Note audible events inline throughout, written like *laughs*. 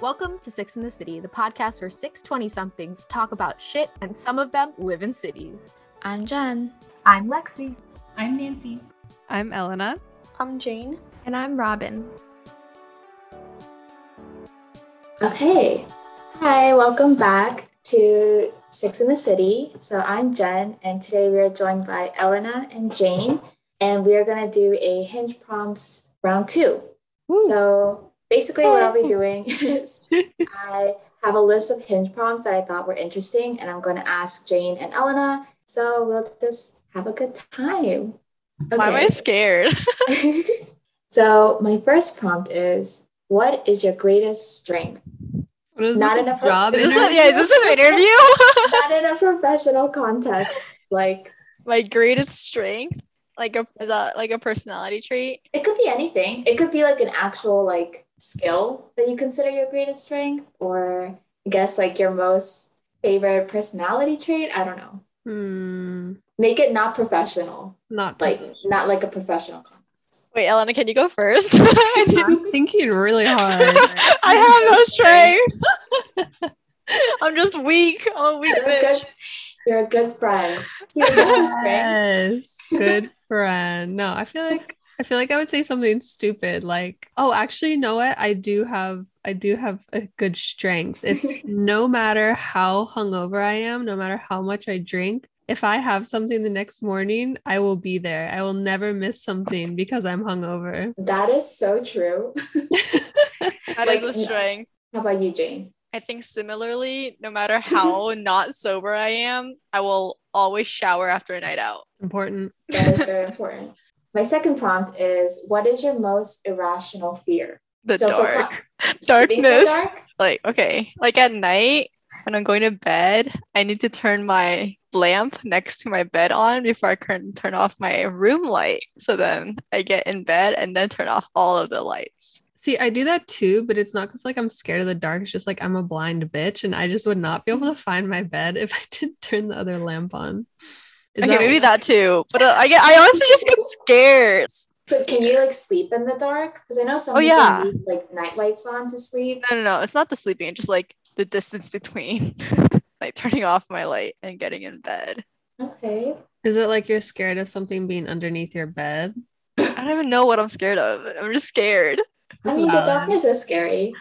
Welcome to Six in the City, the podcast where six 20 somethings talk about shit and some of them live in cities. I'm Jen. I'm Lexi. I'm Nancy. I'm Elena. I'm Jane. And I'm Robin. Okay. Hi, welcome back to Six in the City. So I'm Jen, and today we are joined by Elena and Jane, and we are going to do a hinge prompts round two. Ooh. So basically, what I'll be doing *laughs* is I have a list of hinge prompts that I thought were interesting, and I'm going to ask Jane and Elena. So we'll just have a good time. Okay. Why am I scared? *laughs* *laughs* so my first prompt is what is your greatest strength? Not *laughs* enough. Job pro- yeah, is this an interview? Not in a professional context. Like *laughs* my greatest strength, like a like a personality trait. It could be anything. It could be like an actual like skill that you consider your greatest strength, or I guess like your most favorite personality trait. I don't know. Hmm. Make it not professional. Not like not like a professional. *laughs* Context. Wait, Elena, can you go *laughs* first? *laughs* I'm thinking really hard. *laughs* I have no strength. *laughs* I'm just weak. I'm a weak you're bitch. A good, you're a good friend. *laughs* yes, good friend. No, I feel like I feel like I would say something stupid like, "Oh, actually, you know what? I do have I do have a good strength. It's *laughs* no matter how hungover I am, no matter how much I drink, if I have something the next morning, I will be there. I will never miss something because I'm hungover." That is so true. That Like, is a yeah. strength. How about you, Jane? I think similarly, no matter how *laughs* not sober I am, I will always shower after a night out. It's important. That is very important. My second prompt is what is your most irrational fear? The So for dark. co- sleeping in the Darkness. dark? Like, okay. Like at night when I'm going to bed, I need to turn my lamp next to my bed on before I can turn off my room light. So then I get in bed and then turn off all of the lights. See, I do that too, but it's not because like I'm scared of the dark. It's just like I'm a blind bitch, and I just would not be able to find my bed *laughs* if I didn't turn the other lamp on. Is okay, that- maybe that too. But uh, I get, I honestly just get scared. So can you like sleep in the dark? Because I know some Oh, people yeah. leave like night lights on to sleep. No, no, no. It's not the sleeping. It's just like the distance between, *laughs* like turning off my light and getting in bed. Okay. Is it like you're scared of something being underneath your bed? I don't even know what I'm scared of. I'm just scared. I mean, Um, the darkness is scary.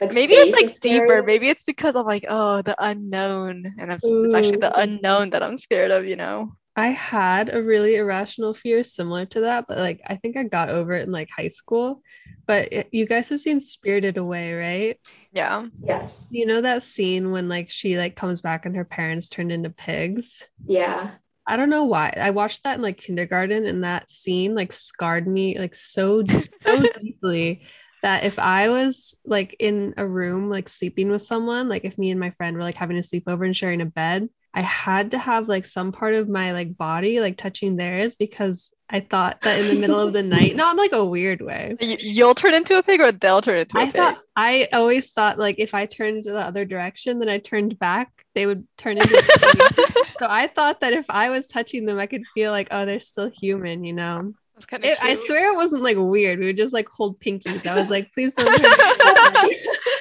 Like, Maybe it's space like is scary. deeper. Maybe it's because I'm like, oh, the unknown, and i it's actually the Ooh. unknown that I'm scared of. You know? I had a really irrational fear similar to that, but like I think I got over it in like high school. But it- you guys have seen Spirited Away, right? Yeah. Yes. You know that scene when like she like comes back and her parents turned into pigs? Yeah. *laughs* I don't know why. I watched that in like kindergarten and that scene like scarred me like so so deeply that if I was like in a room like sleeping with someone, like if me and my friend were like having a sleepover and sharing a bed, I had to have like some part of my like body like touching theirs because I thought that in the middle of the night, not in like a weird way. You, you'll turn into a pig, or they'll turn into a I pig. thought I always thought like if I turned the other direction, then I turned back, they would turn into a pig. So I thought that if I was touching them, I could feel like, oh, they're still human, you know. That's kind of. It, I swear it wasn't like weird. We would just like hold pinkies. I was like, please don't. *laughs* hurt me.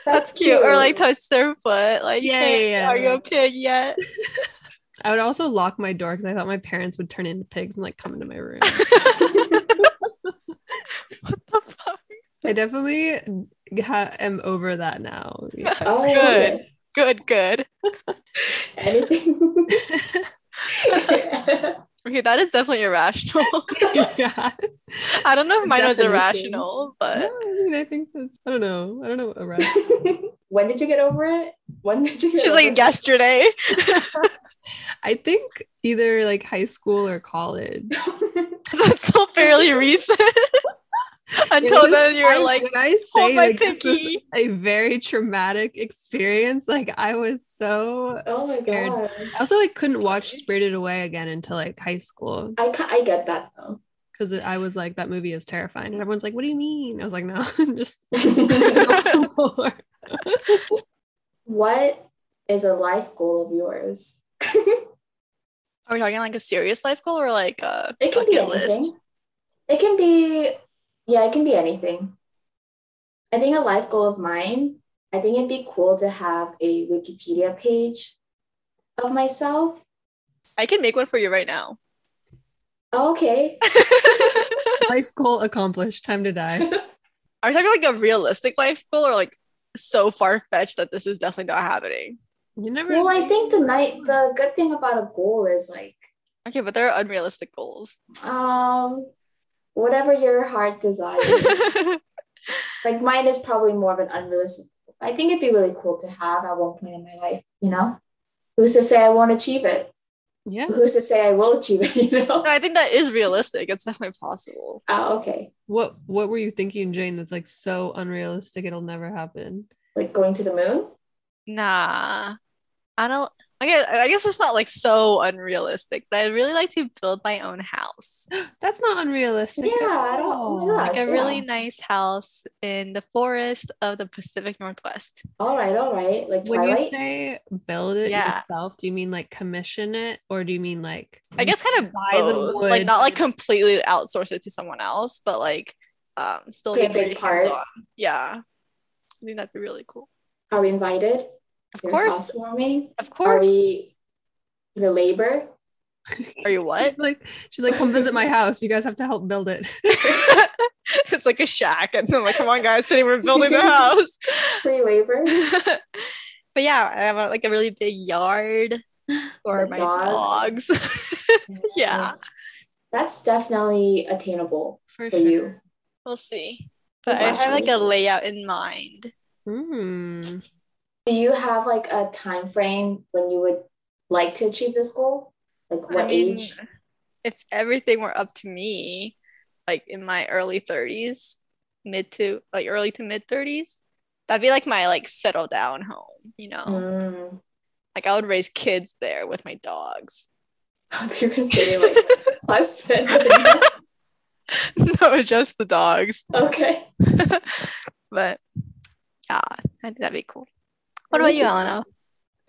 That's cute. Or like touch their foot. Like, Yeah, hey, yeah, yeah. Are you a pig yet? *laughs* I would also lock my door because I thought my parents would turn into pigs and like come into my room. what the fuck? I definitely ha- am over that now. *laughs* *laughs* Yeah. Oh, Good. Good. Good. *laughs* Anything. *laughs* Okay, that is definitely irrational. *laughs* yeah. I don't know if mine was Definition. irrational, No, but I mean, I think that's, I don't know. I don't know what around. when did you get over it? When did you get she's over like yesterday. *laughs* I think either like high school or college. it? so it's still *laughs* fairly recent. *laughs* It Until was- then, you're I- like, "Oh when I say my like this was pinky." a very traumatic experience. Like I was so *laughs* oh my god. I also like couldn't watch Spirited Away again until like high school I, ca- I get that though. *laughs* because I was like that movie is terrifying and everyone's like, "What do you mean?" I was like, "No, *laughs* *laughs* just." no more." What is a life goal of yours? are we talking like a serious life goal or like a It can be bucket anything. It can be, yeah, it can be anything. I think a life goal of mine, I think it'd be cool to have a Wikipedia page of myself. I can make one for you *laughs* right now. *laughs* Oh, Okay. Life goal accomplished. Time to die. Are we talking like a realistic life goal or like so far fetched that this is definitely not happening? You *laughs* never. well, I think the night the good thing about a goal is like Okay, but there are unrealistic goals. *laughs* um whatever your heart desires. *laughs* like mine is probably more of an unrealistic goal. i think it'd be really cool to have at one point in my life you know who's to say i won't achieve it yeah. who's to say i will achieve it *laughs* you know No, I think that is realistic. It's definitely possible. oh okay What What were you thinking, Jane? That's like so unrealistic. It'll never happen. like going to the moon Nah, I don't. I guess, I guess it's not like so unrealistic, but I'd really like to build my own house, That's not unrealistic. yeah at i don't oh my all. gosh like a yeah. really nice house in the forest of the Pacific Northwest. all right all right like When you twilight say build it Yeah. yourself, do you mean like commission it, or do you mean like I guess kind of Buy the both. like wood. not like completely outsource it to someone else, but like um still Play a be big pretty part. hands-on. Yeah, I think that'd be really cool. are we invited Of Your course, housewarming of are course. we the labor Are you *laughs* what? *laughs* like *laughs* she's like come visit my house. You guys have to help build it. *laughs* it's like a shack, and I'm like, come on, guys, today we're building the house. *laughs* free labor but yeah, I have a, like a really big yard for With my dogs. dogs. *laughs* Yeah. that's definitely attainable For, for sure. you we'll see. But I have like Exactly. a layout in mind. Hmm. Do you have like a time frame when you would like to achieve this goal? Like what I mean, age? if everything were up to me, like in my early 30s, mid to like early to mid 30s, that'd be like my like settle down home, you know? Mm. *laughs* Like I would raise kids there with my dogs. *laughs* They were saying like *laughs* husband. no, just the dogs. *laughs* okay. but yeah, I think that'd be cool. What about you, Elena?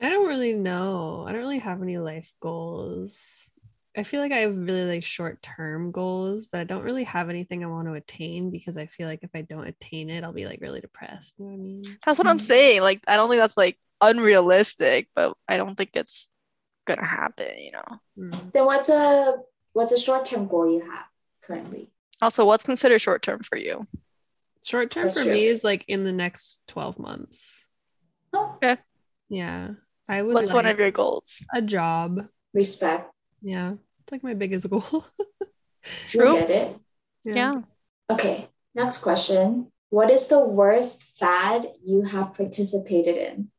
I don't really know. I don't really have any life goals. I feel like I have really like short term goals, but I don't really have anything I want to attain because I feel like if I don't attain it, I'll be like really depressed. You know what I mean? That's what I'm Mhm. saying. Like, I don't think that's like unrealistic, but I don't think it's gonna happen, you know. Mm. Then what's a what's a short term goal you have currently? Also, what's considered short term for you? Short term That's for true. me is like in the next 12 months. Oh, Yeah. I would What's one like of your goals? a job. respect. Yeah. It's like my biggest goal. *laughs* You True. get it. Yeah. Okay. Next question. What is the worst fad you have participated in?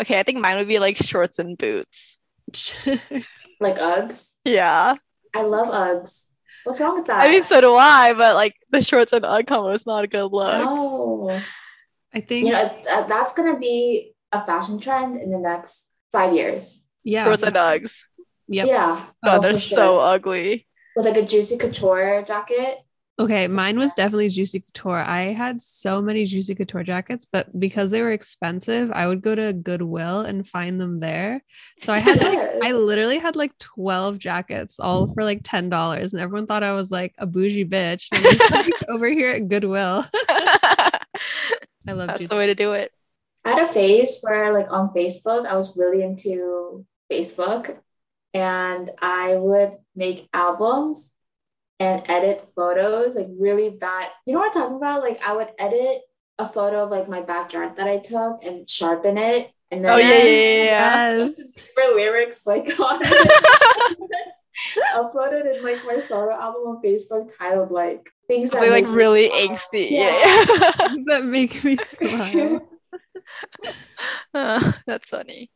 Okay, I think mine would be like shorts and boots. Like Uggs? Yeah. I love Uggs. What's wrong with that? I mean, Ah. so do I, but like the shorts and UGG combo is not a good Oh, look. No. *laughs* I think, you know if that, that's gonna be a fashion trend in the next five years yeah. Shorts and UGGs. Yep. yeah Oh, they're Also so sure. *laughs* ugly. with like a juicy couture jacket Okay, mine was definitely Juicy Couture. I had so many Juicy Couture jackets, but because they were expensive, I would go to Goodwill and find them there. So I had like *laughs* I Yes. literally had like 12 jackets all for like $10 and everyone thought I was like a bougie bitch And *laughs* I'm like, over here at Goodwill. *laughs* I love That's Juicy. the way to do it. i had a phase where like on facebook i was really into facebook and i would make albums and edit photos like really bad you know what i'm talking about like i would edit a photo of like my backyard that i took and sharpen it and then Oh yeah, yeah, yeah, yeah. Yes. *laughs* for lyrics like *laughs* on it. *laughs* uploaded in like my photo album on Facebook titled like things that Something like make you really smile. angsty. Yeah. Yeah. yeah. Does that make me smile? *laughs* Uh, that's funny.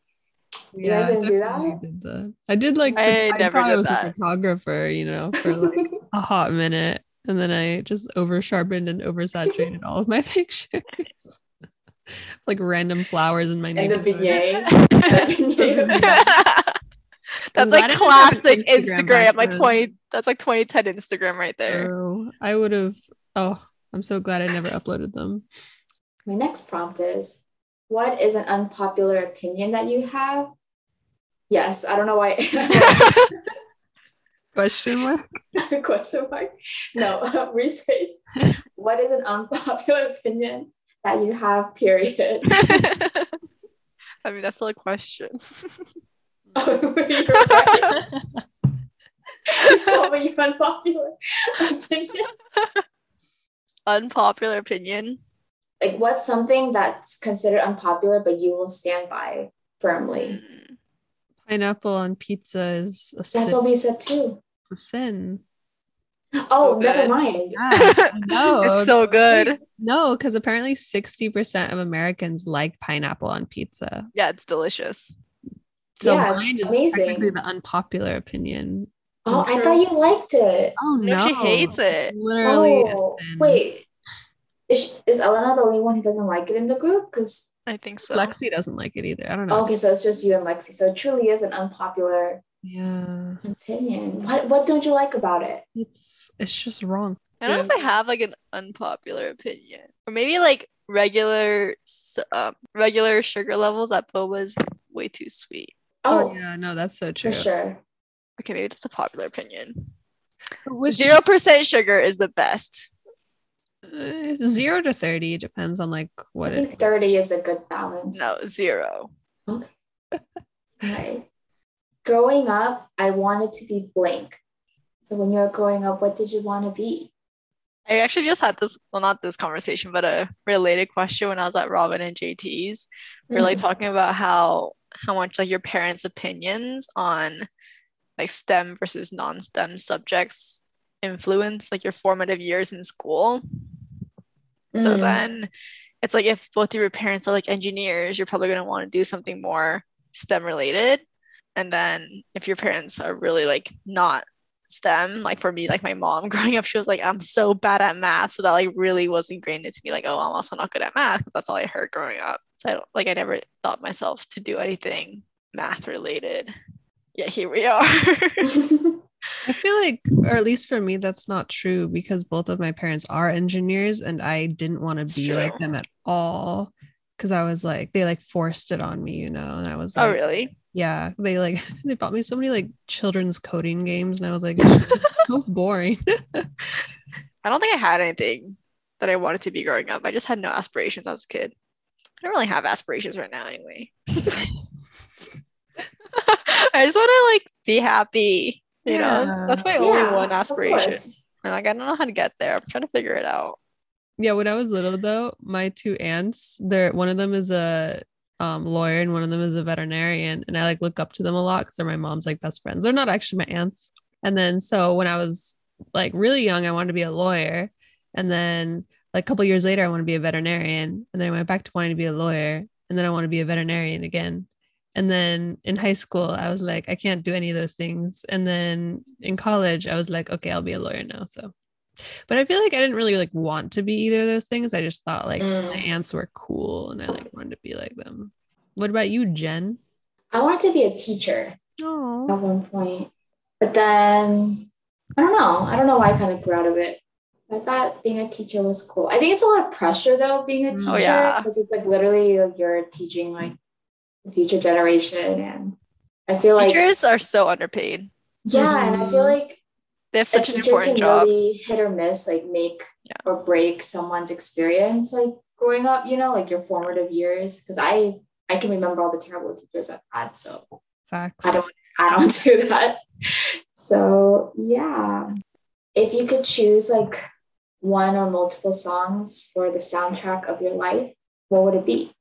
You guys I didn't do definitely that? did that. I did like I I, never thought I did was a that. photographer, you know, *laughs* for like *laughs* a hot minute and then I just over sharpened and oversaturated all of my *laughs* pictures. like random flowers in my and the neighborhood. vignette. that's I'm like glad I didn't have an classic Instagram Instagram, like background. 20 that's like 2010 Instagram right *laughs* there. So I would have oh, I'm so glad I never uploaded them. My next prompt is what is an unpopular *laughs* opinion that you have? Yes, I don't know why. Question mark. Question mark? No, *laughs* rephrase. What is an unpopular opinion that you have? Period. *laughs* *laughs* I mean, that's still a question. *laughs* Oh, *laughs* you're right. Just tell me your unpopular opinion. Unpopular opinion. Like, what's something that's considered unpopular but you will stand by firmly? Mm, Pineapple on pizza is a sin. That's what we said too. a sin. Oh, never good. mind. *laughs* Yeah, I know. it's so good. No, because apparently 60% of Americans like pineapple on pizza. Yeah, it's delicious. So Yeah, it's mine is amazing. technically the unpopular opinion. Oh, I'm I sure- thought you liked it. Oh No, no, she hates it. Literally, a Oh, sin. wait. Is, is Elena the only one who doesn't like it in the group? Because I think so. Lexi doesn't like it either. I don't know. okay, so it's just you and Lexi. So it truly is an unpopular Yeah, opinion. What what don't you like about it? it's it's just wrong. I don't know if I have like an unpopular opinion, or maybe like regular, s- um, regular sugar levels at boba is way too sweet. Oh, yeah, no, that's so true. for sure. Okay, maybe that's a popular opinion. So which- Zero percent sugar is the best. uh, zero to thirty it depends on like what I it. think 30 is a good balance. No, zero. Right. Growing up, I wanted to be blank. So when you were growing up, what did you want to be? I actually just had this, well, not this conversation, but a related question when I was at Robin and JT's. We were like talking about how how much like your parents' opinions on like STEM versus non-STEM subjects influence like your formative years in school. So Mm. then it's like if both of your parents are like engineers, you're probably going to want to do something more STEM related. And then if your parents are really like not STEM, like for me, like my mom *laughs* growing up, she was like, I'm so bad at math. So that like really was ingrained into me, like, oh, I'm also not good at math because that's all I heard growing up. So I don't like, I never thought myself to do anything math related. Yeah, here we are. *laughs* I feel like, or at least for me, that's not true because both of my parents are engineers, and I didn't want It's to be true. like them at all because I was like they like forced it on me, you know, and I was like, oh, really? yeah, they like *laughs* they bought me so many like children's coding games, and I was like, *laughs* *laughs* "It's so boring. *laughs* I don't think I had anything that I wanted to be growing up. I just had no aspirations as a kid. I don't really have aspirations right now, anyway. *laughs* I just want to like be happy. You Yeah. know, that's my only Yeah, one of aspiration. course. And like, I don't know how to get there. I'm trying to figure it out. Yeah, when I was little though, my two aunts, they're one of them is a um, lawyer and one of them is a veterinarian, and I like look up to them a lot because they're my mom's like best friends. They're not actually my aunts. And then so when I was like really young, I wanted to be a lawyer, and then like a couple years later, I want to be a veterinarian, and then I went back to wanting to be a lawyer, and then I want to be a veterinarian again. And then in high school, I was like, I can't do any of those things. And then in college, I was like, okay, I'll be a lawyer now. So, but I feel like I didn't really like want to be either of those things. I just thought like Mm. my aunts were cool and I like wanted to be like them. What about you, Jen? I wanted to be a teacher at Oh, one point. But then I don't know. I don't know why I kind of grew out of it. I thought being a teacher was cool. I think it's a lot of pressure though, being a Mm. teacher. Oh, yeah. Because it's like literally you're- you're teaching like the future generation. And I feel like, Teachers are so underpaid. yeah, and I feel Mhm. like They have a Mm, such an teacher important can job. really hit or miss, like make Yeah. or break someone's experience, like growing up, you know, like your formative years. Because I I can remember all the terrible teachers I've had, so facts. I don't *laughs* want to add on to that. So yeah, if you could choose like one or multiple songs for the soundtrack of your life, what would it be?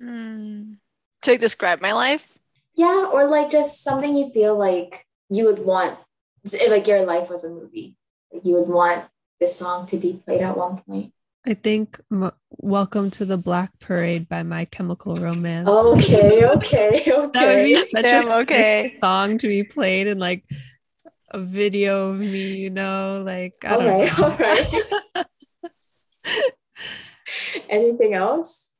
Hmm. To like, describe my life. Yeah, or like just something you feel like you would want, if, like your life was a movie, like you would want this song to be played at one point. I think m- Welcome to the Black Parade by My Chemical *laughs* Romance. Okay, okay, *laughs* That would be okay. such Damn, a okay. *laughs* sick song to be played in like a video of me, you know, like I All don't right, know. *laughs* all right. *laughs* Anything else?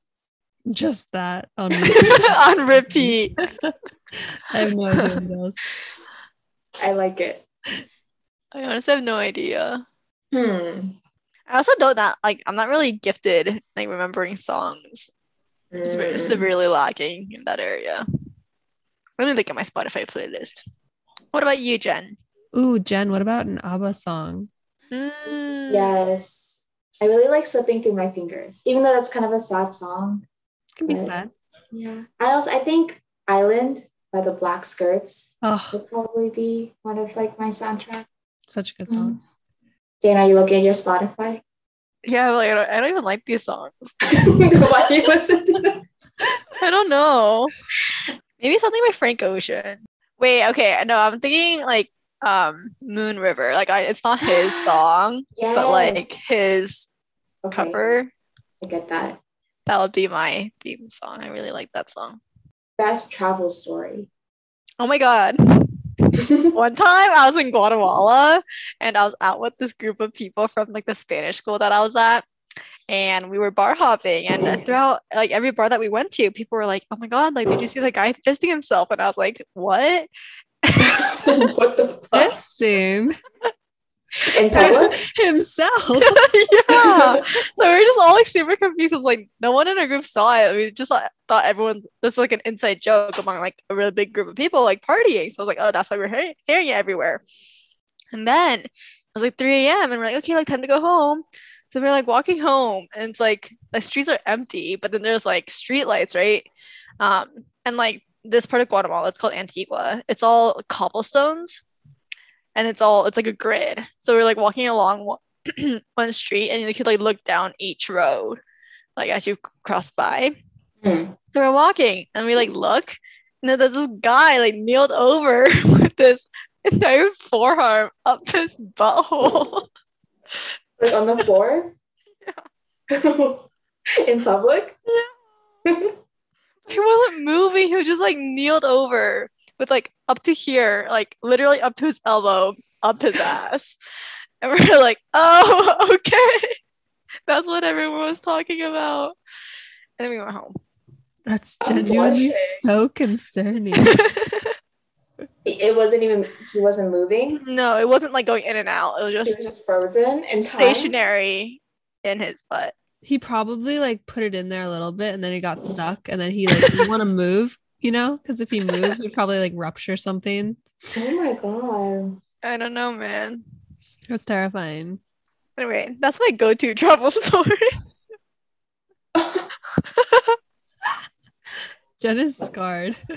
Just that. *laughs* Um, On repeat. I have no idea what else. I like it. I honestly have no idea. Hmm. I also don't that like I'm not really gifted like remembering songs. It's very Mm. severely lacking in that area. Let me look at my Spotify playlist. What about you, Jen? Ooh, Jen, what about an ABBA song? Mm. Yes. I really like slipping through my fingers, even though that's kind of a sad song. It can be Right. sad. Yeah. I also I think Island by the Black Skirts Oh, would probably be one of like my soundtrack such a good song. songs. Jane, are you looking at your Spotify? Yeah, like I don't, I don't even like these songs. *laughs* *laughs* Why do you listen to them? I don't know. Maybe something by Frank Ocean. Wait, okay, no, I'm thinking like um Moon River. Like I, it's *gasps* not his song, Yes. but like his Okay, cover. I get that. That would be my theme song. I really like that song. Best travel story. *laughs* Oh my god. One time I was in Guatemala and I was out with this group of people from like the Spanish school that I was at. And we were bar hopping, and throughout like every bar that we went to, people were like, "Oh my god! Like, did you see the guy fisting himself?" And I was like, "What?" what the fuck? Justin In public? *laughs* *laughs* himself. *laughs* yeah. So we were just all like super confused. 'cause, Like no one in our group saw it. We just like, thought everyone this was like an inside joke among like a really big group of people like partying. So I was like, oh, that's why we're hearing, hearing it everywhere. And then it was like 3 a.m. and we're like, okay, like time to go home. So we're like walking home and it's like the streets are empty, but then there's like street lights, right? Um, and like this part of Guatemala, it's called Antigua. It's all cobblestones and it's all it's like a grid. So we're like walking along one- *clears throat* one street and you could like look down each road like as you c- cross by Hmm. so we're walking and we like look and then there's this guy like kneeled over *laughs* with this entire forearm up this butthole *laughs* Like on the floor? *laughs* In public? he wasn't moving he was just like kneeled over with like up to here like literally up to his elbow up his ass *laughs* and we're like oh *laughs* okay that's what everyone was talking about and then we went home That's I'm genuinely blushing. so concerning. It wasn't even, he wasn't moving. No, it wasn't like going in and out. It was He was just just frozen in time. stationary in his butt. he probably like put it in there a little bit and then it got stuck and then he like didn't *laughs* want to move, you know, because if he moved, he'd probably like rupture something. Oh my God. *laughs* I don't know, man. That's terrifying. Anyway, that's my go-to *laughs* travel story. Jen is scarred. *laughs*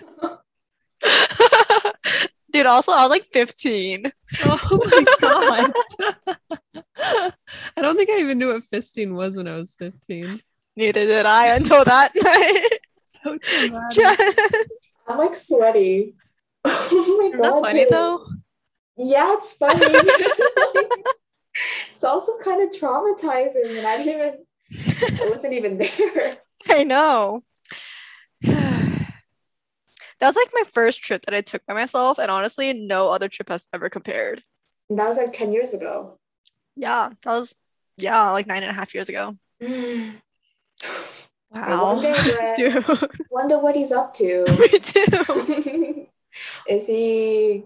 Dude, also I was like 15. Oh my god. I don't think I even knew what fisting was when I was 15. Neither did I until that *laughs* night. So traumatic. Jen, I'm like sweaty. *laughs* Oh my Isn't God. that funny dude. though? Yeah, it's funny. *laughs* it's also kind of traumatizing, and I didn't even, I wasn't even there. *laughs* I know. *sighs* that was like my first trip that I took by myself, and honestly, no other trip has ever compared. And that was like 10 years *gasps* ago. Yeah, that was yeah, like nine and a half years ago. I Wow. *laughs* wonder what, Dude. *laughs* wonder what he's up to. Me *laughs* too. Is he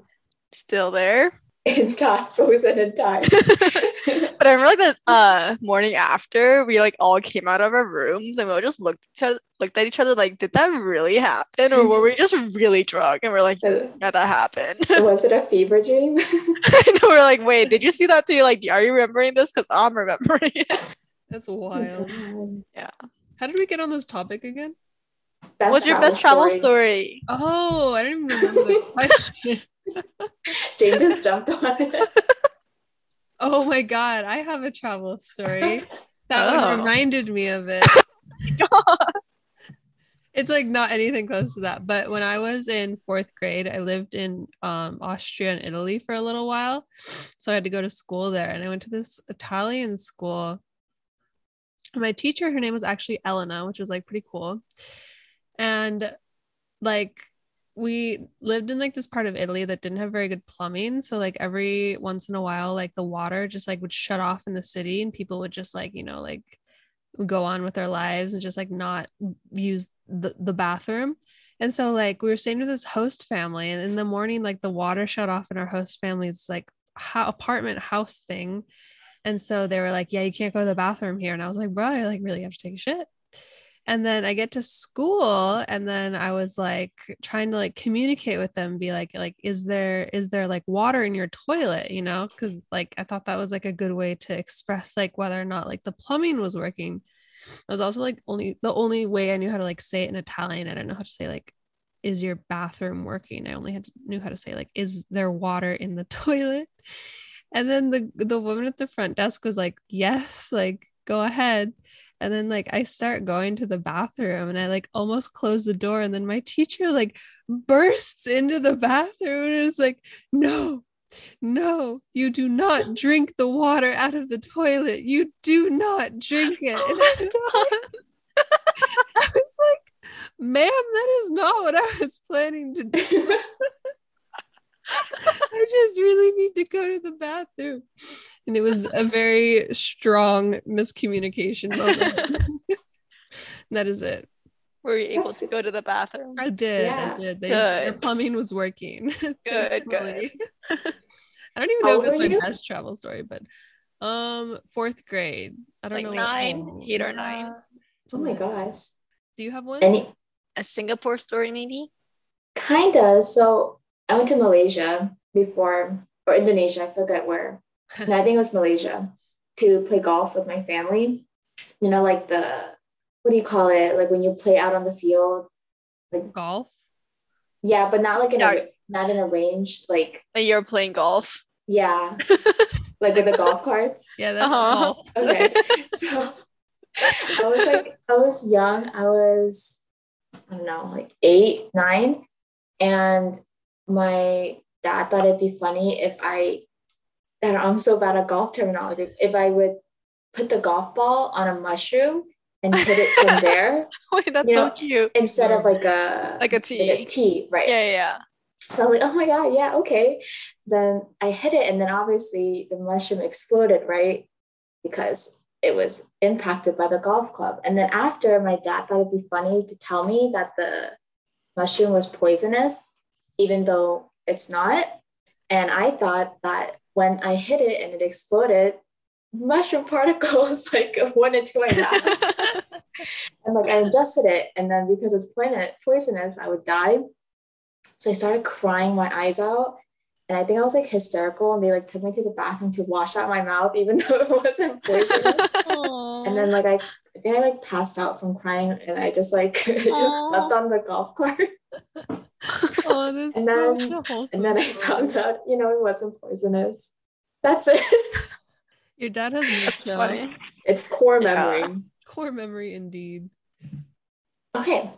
Still there. in time, *laughs* frozen in time? *laughs* But I remember like the uh, morning after we like all came out of our rooms and we all just looked each other, looked at each other like, did that really happen? Or were we just really drunk? And we're like, yeah, that happened. was it a fever dream? *laughs* *laughs* and we're like, wait, did you see that too? Like, are you remembering this? Because I'm remembering it. That's wild. Oh *laughs* God. How did we get on this topic again? Best What's your best travel story? Oh, I didn't even remember *laughs* the question. Jane just jumped on it. Oh my god, I have a travel story. That Oh. one reminded me of it. it's like not anything close to that. But when I was in fourth grade, I lived in um, Austria and Italy for a little while. So I had to go to school there. And I went to this Italian school. And My teacher, her name was actually Elena, which was like pretty cool. And like, we lived in like this part of Italy that didn't have very good plumbing. So like every once in a while, like the water just like would shut off in the city and people would just like, you know, like go on with their lives and just like not use the, the bathroom. And so like we were staying with this host family and in the morning, like the water shut off in our host family's like ho- apartment house thing. And so they were like, yeah, you can't go to the bathroom here. And I was like, bro, I like really have to take a shit. And then I get to school and then I was like trying to like communicate with them, be like, like, is there is there like water in your toilet? You know, because like I thought that was like a good way to express like whether or not like the plumbing was working. I was also like only the only way I knew how to like say it in Italian. I don't know how to say like, is your bathroom working? I only had to, knew how to say like, is there water in the *laughs* toilet? And then the the woman at the front desk was like, yes, like go ahead. And then like I start going to the bathroom and I like almost close the door and then my teacher like bursts into the bathroom and is like, "No. No, you do not drink the water out of the toilet. You do not drink it." And I was like- I was like, "Ma'am, that is not what I was planning to do. I just really need to go to the bathroom." And it was a very strong miscommunication moment. *laughs* And that is it. Were you able That's- to go to the bathroom? I did. Yeah. I did. They, Good. Their plumbing was working. *laughs* Good, good. *laughs* Thankfully. I don't even How know old if that's were my you? best travel story, but um, fourth grade. I don't Like know. what- nine, eight or nine. *laughs* Oh my gosh. Do you have one? Any A Singapore story, maybe? kind of. So I went to Malaysia before, or Indonesia, I forget where. No, I think it was Malaysia to play golf with my family. You know, like the, what do you call it? Like when you play out on the field. Golf. Yeah, but not like in Yeah. a, not in a range, like, Like you're playing golf. *laughs* yeah, like with the golf carts. Yeah, that's Uh-huh. *laughs* golf. okay so i was like i was young i was i don't know like eight nine and my dad thought it'd be funny if i I don't know, i'm so bad at golf terminology if i would put the golf ball on a mushroom and hit it *laughs* from there Wait, that's Yeah. so cute. instead of like a Like a like a tee. tee right Yeah, yeah. so I was like, oh my God, yeah, okay. Then I hit it, and then obviously the mushroom exploded, right? Because it was impacted by the golf club. And then after, my dad thought it'd be funny to tell me that the mushroom was poisonous, even though it's not. And I thought that when I hit it and it exploded, mushroom *laughs* particles like went into my mouth *laughs* and like I ingested it, and then because it's poison- poisonous, I would die. So I started crying my eyes out, and I think I was like hysterical, and they like took me to the bathroom to wash out my mouth, even *laughs* though it wasn't poisonous. *laughs* and then like I, I think I like passed out from crying, and I just like *laughs* just Aw. slept on the golf cart, *laughs* *laughs* oh, that's and such then- a wholesome and then I story. found out you know it wasn't poisonous. That's it. *laughs* your dad has That's no funny. It's core Yeah. memory. core memory indeed. Okay.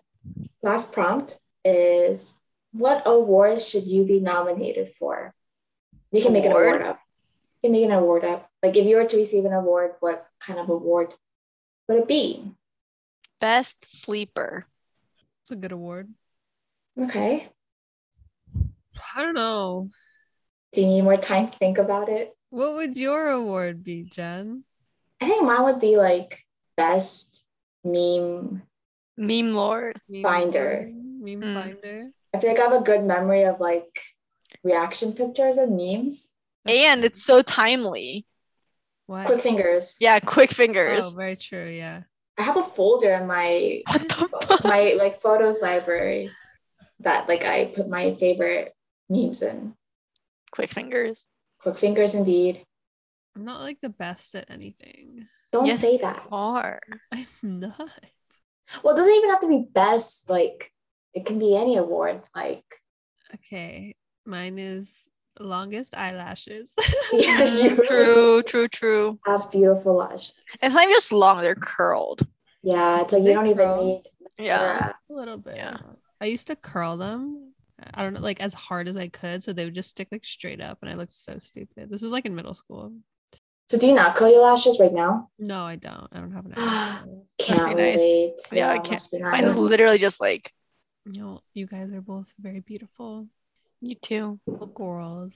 Last prompt is what award should you be nominated for? You can make an Award? award up. You can make an award up. Like if you were to receive an award, what kind of award would it be? Best sleeper. It's a good award. Okay. I don't know. Do you need more time to think about it? What would your award be, Jen? I think mine would be like best meme. Meme lord. Meme Finder. Meme Mm. finder. I feel like I have a good memory of like reaction pictures and memes. And it's so timely. What? Quick fingers. Yeah, quick Oh, fingers. very true. Yeah. I have a folder in my *laughs* What the fuck? my like photos library that like I put my favorite memes in. *laughs* Quick fingers. Quick fingers indeed. I'm not like the best at anything. *laughs* Don't Yes, say you that. Well, *laughs* Are. I'm not. it doesn't even have to be best, like it can be any award. Like *laughs* Okay. Mine is longest eyelashes. *laughs* yeah, you really *laughs* True, true, true. have beautiful lashes. It's not even just long, they're curled. Yeah, it's like you They don't even curl. need Yeah. a little bit. Yeah. I used to curl them. I don't know, like as hard as I could. So they would just stick like straight up and I looked so stupid. This was like in middle school. So do you not curl your lashes right *sighs* now? No, I don't. I don't have an *gasps* eyelash. be Can't nice. relate. Yeah, I it can't- must be Mine's nice. literally just like no, you guys are both very beautiful. you too. Beautiful girls.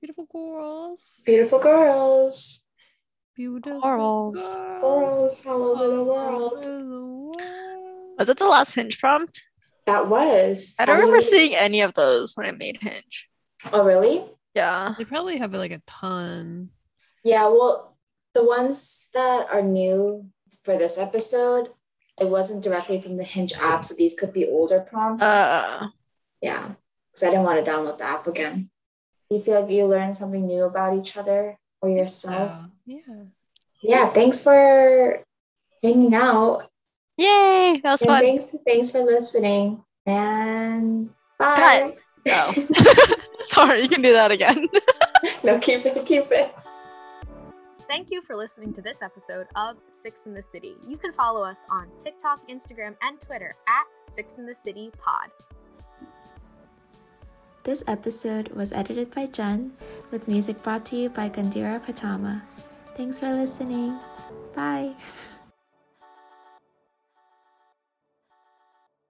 Beautiful girls. Beautiful girls. Beautiful Girls. girls. Girls all over the world. Over the world. Was that the last hinge prompt? That was. I don't How remember many- seeing any of those when I made hinge. Oh really? Yeah. They probably have like a ton. Yeah, well, the ones that are new for this episode, It wasn't directly from the Hinge app, so these could be older prompts. Uh, yeah, because I didn't want to download the app again. Do you feel like you learned something new about each other or yourself? Oh. Uh, yeah. Yeah, thanks for hanging out. Yay! That was and fun. thanks, thanks for listening. And bye. *laughs* Cut. Oh. *laughs* Sorry, you can do that again. no, keep it, keep it. Thank you for listening to this episode of Six in the City. You can follow us on TikTok, Instagram, and Twitter at Six in the City Pod. This episode was edited by Jen, with music brought to you by Gandhira Patama. Thanks for listening. Bye. *laughs*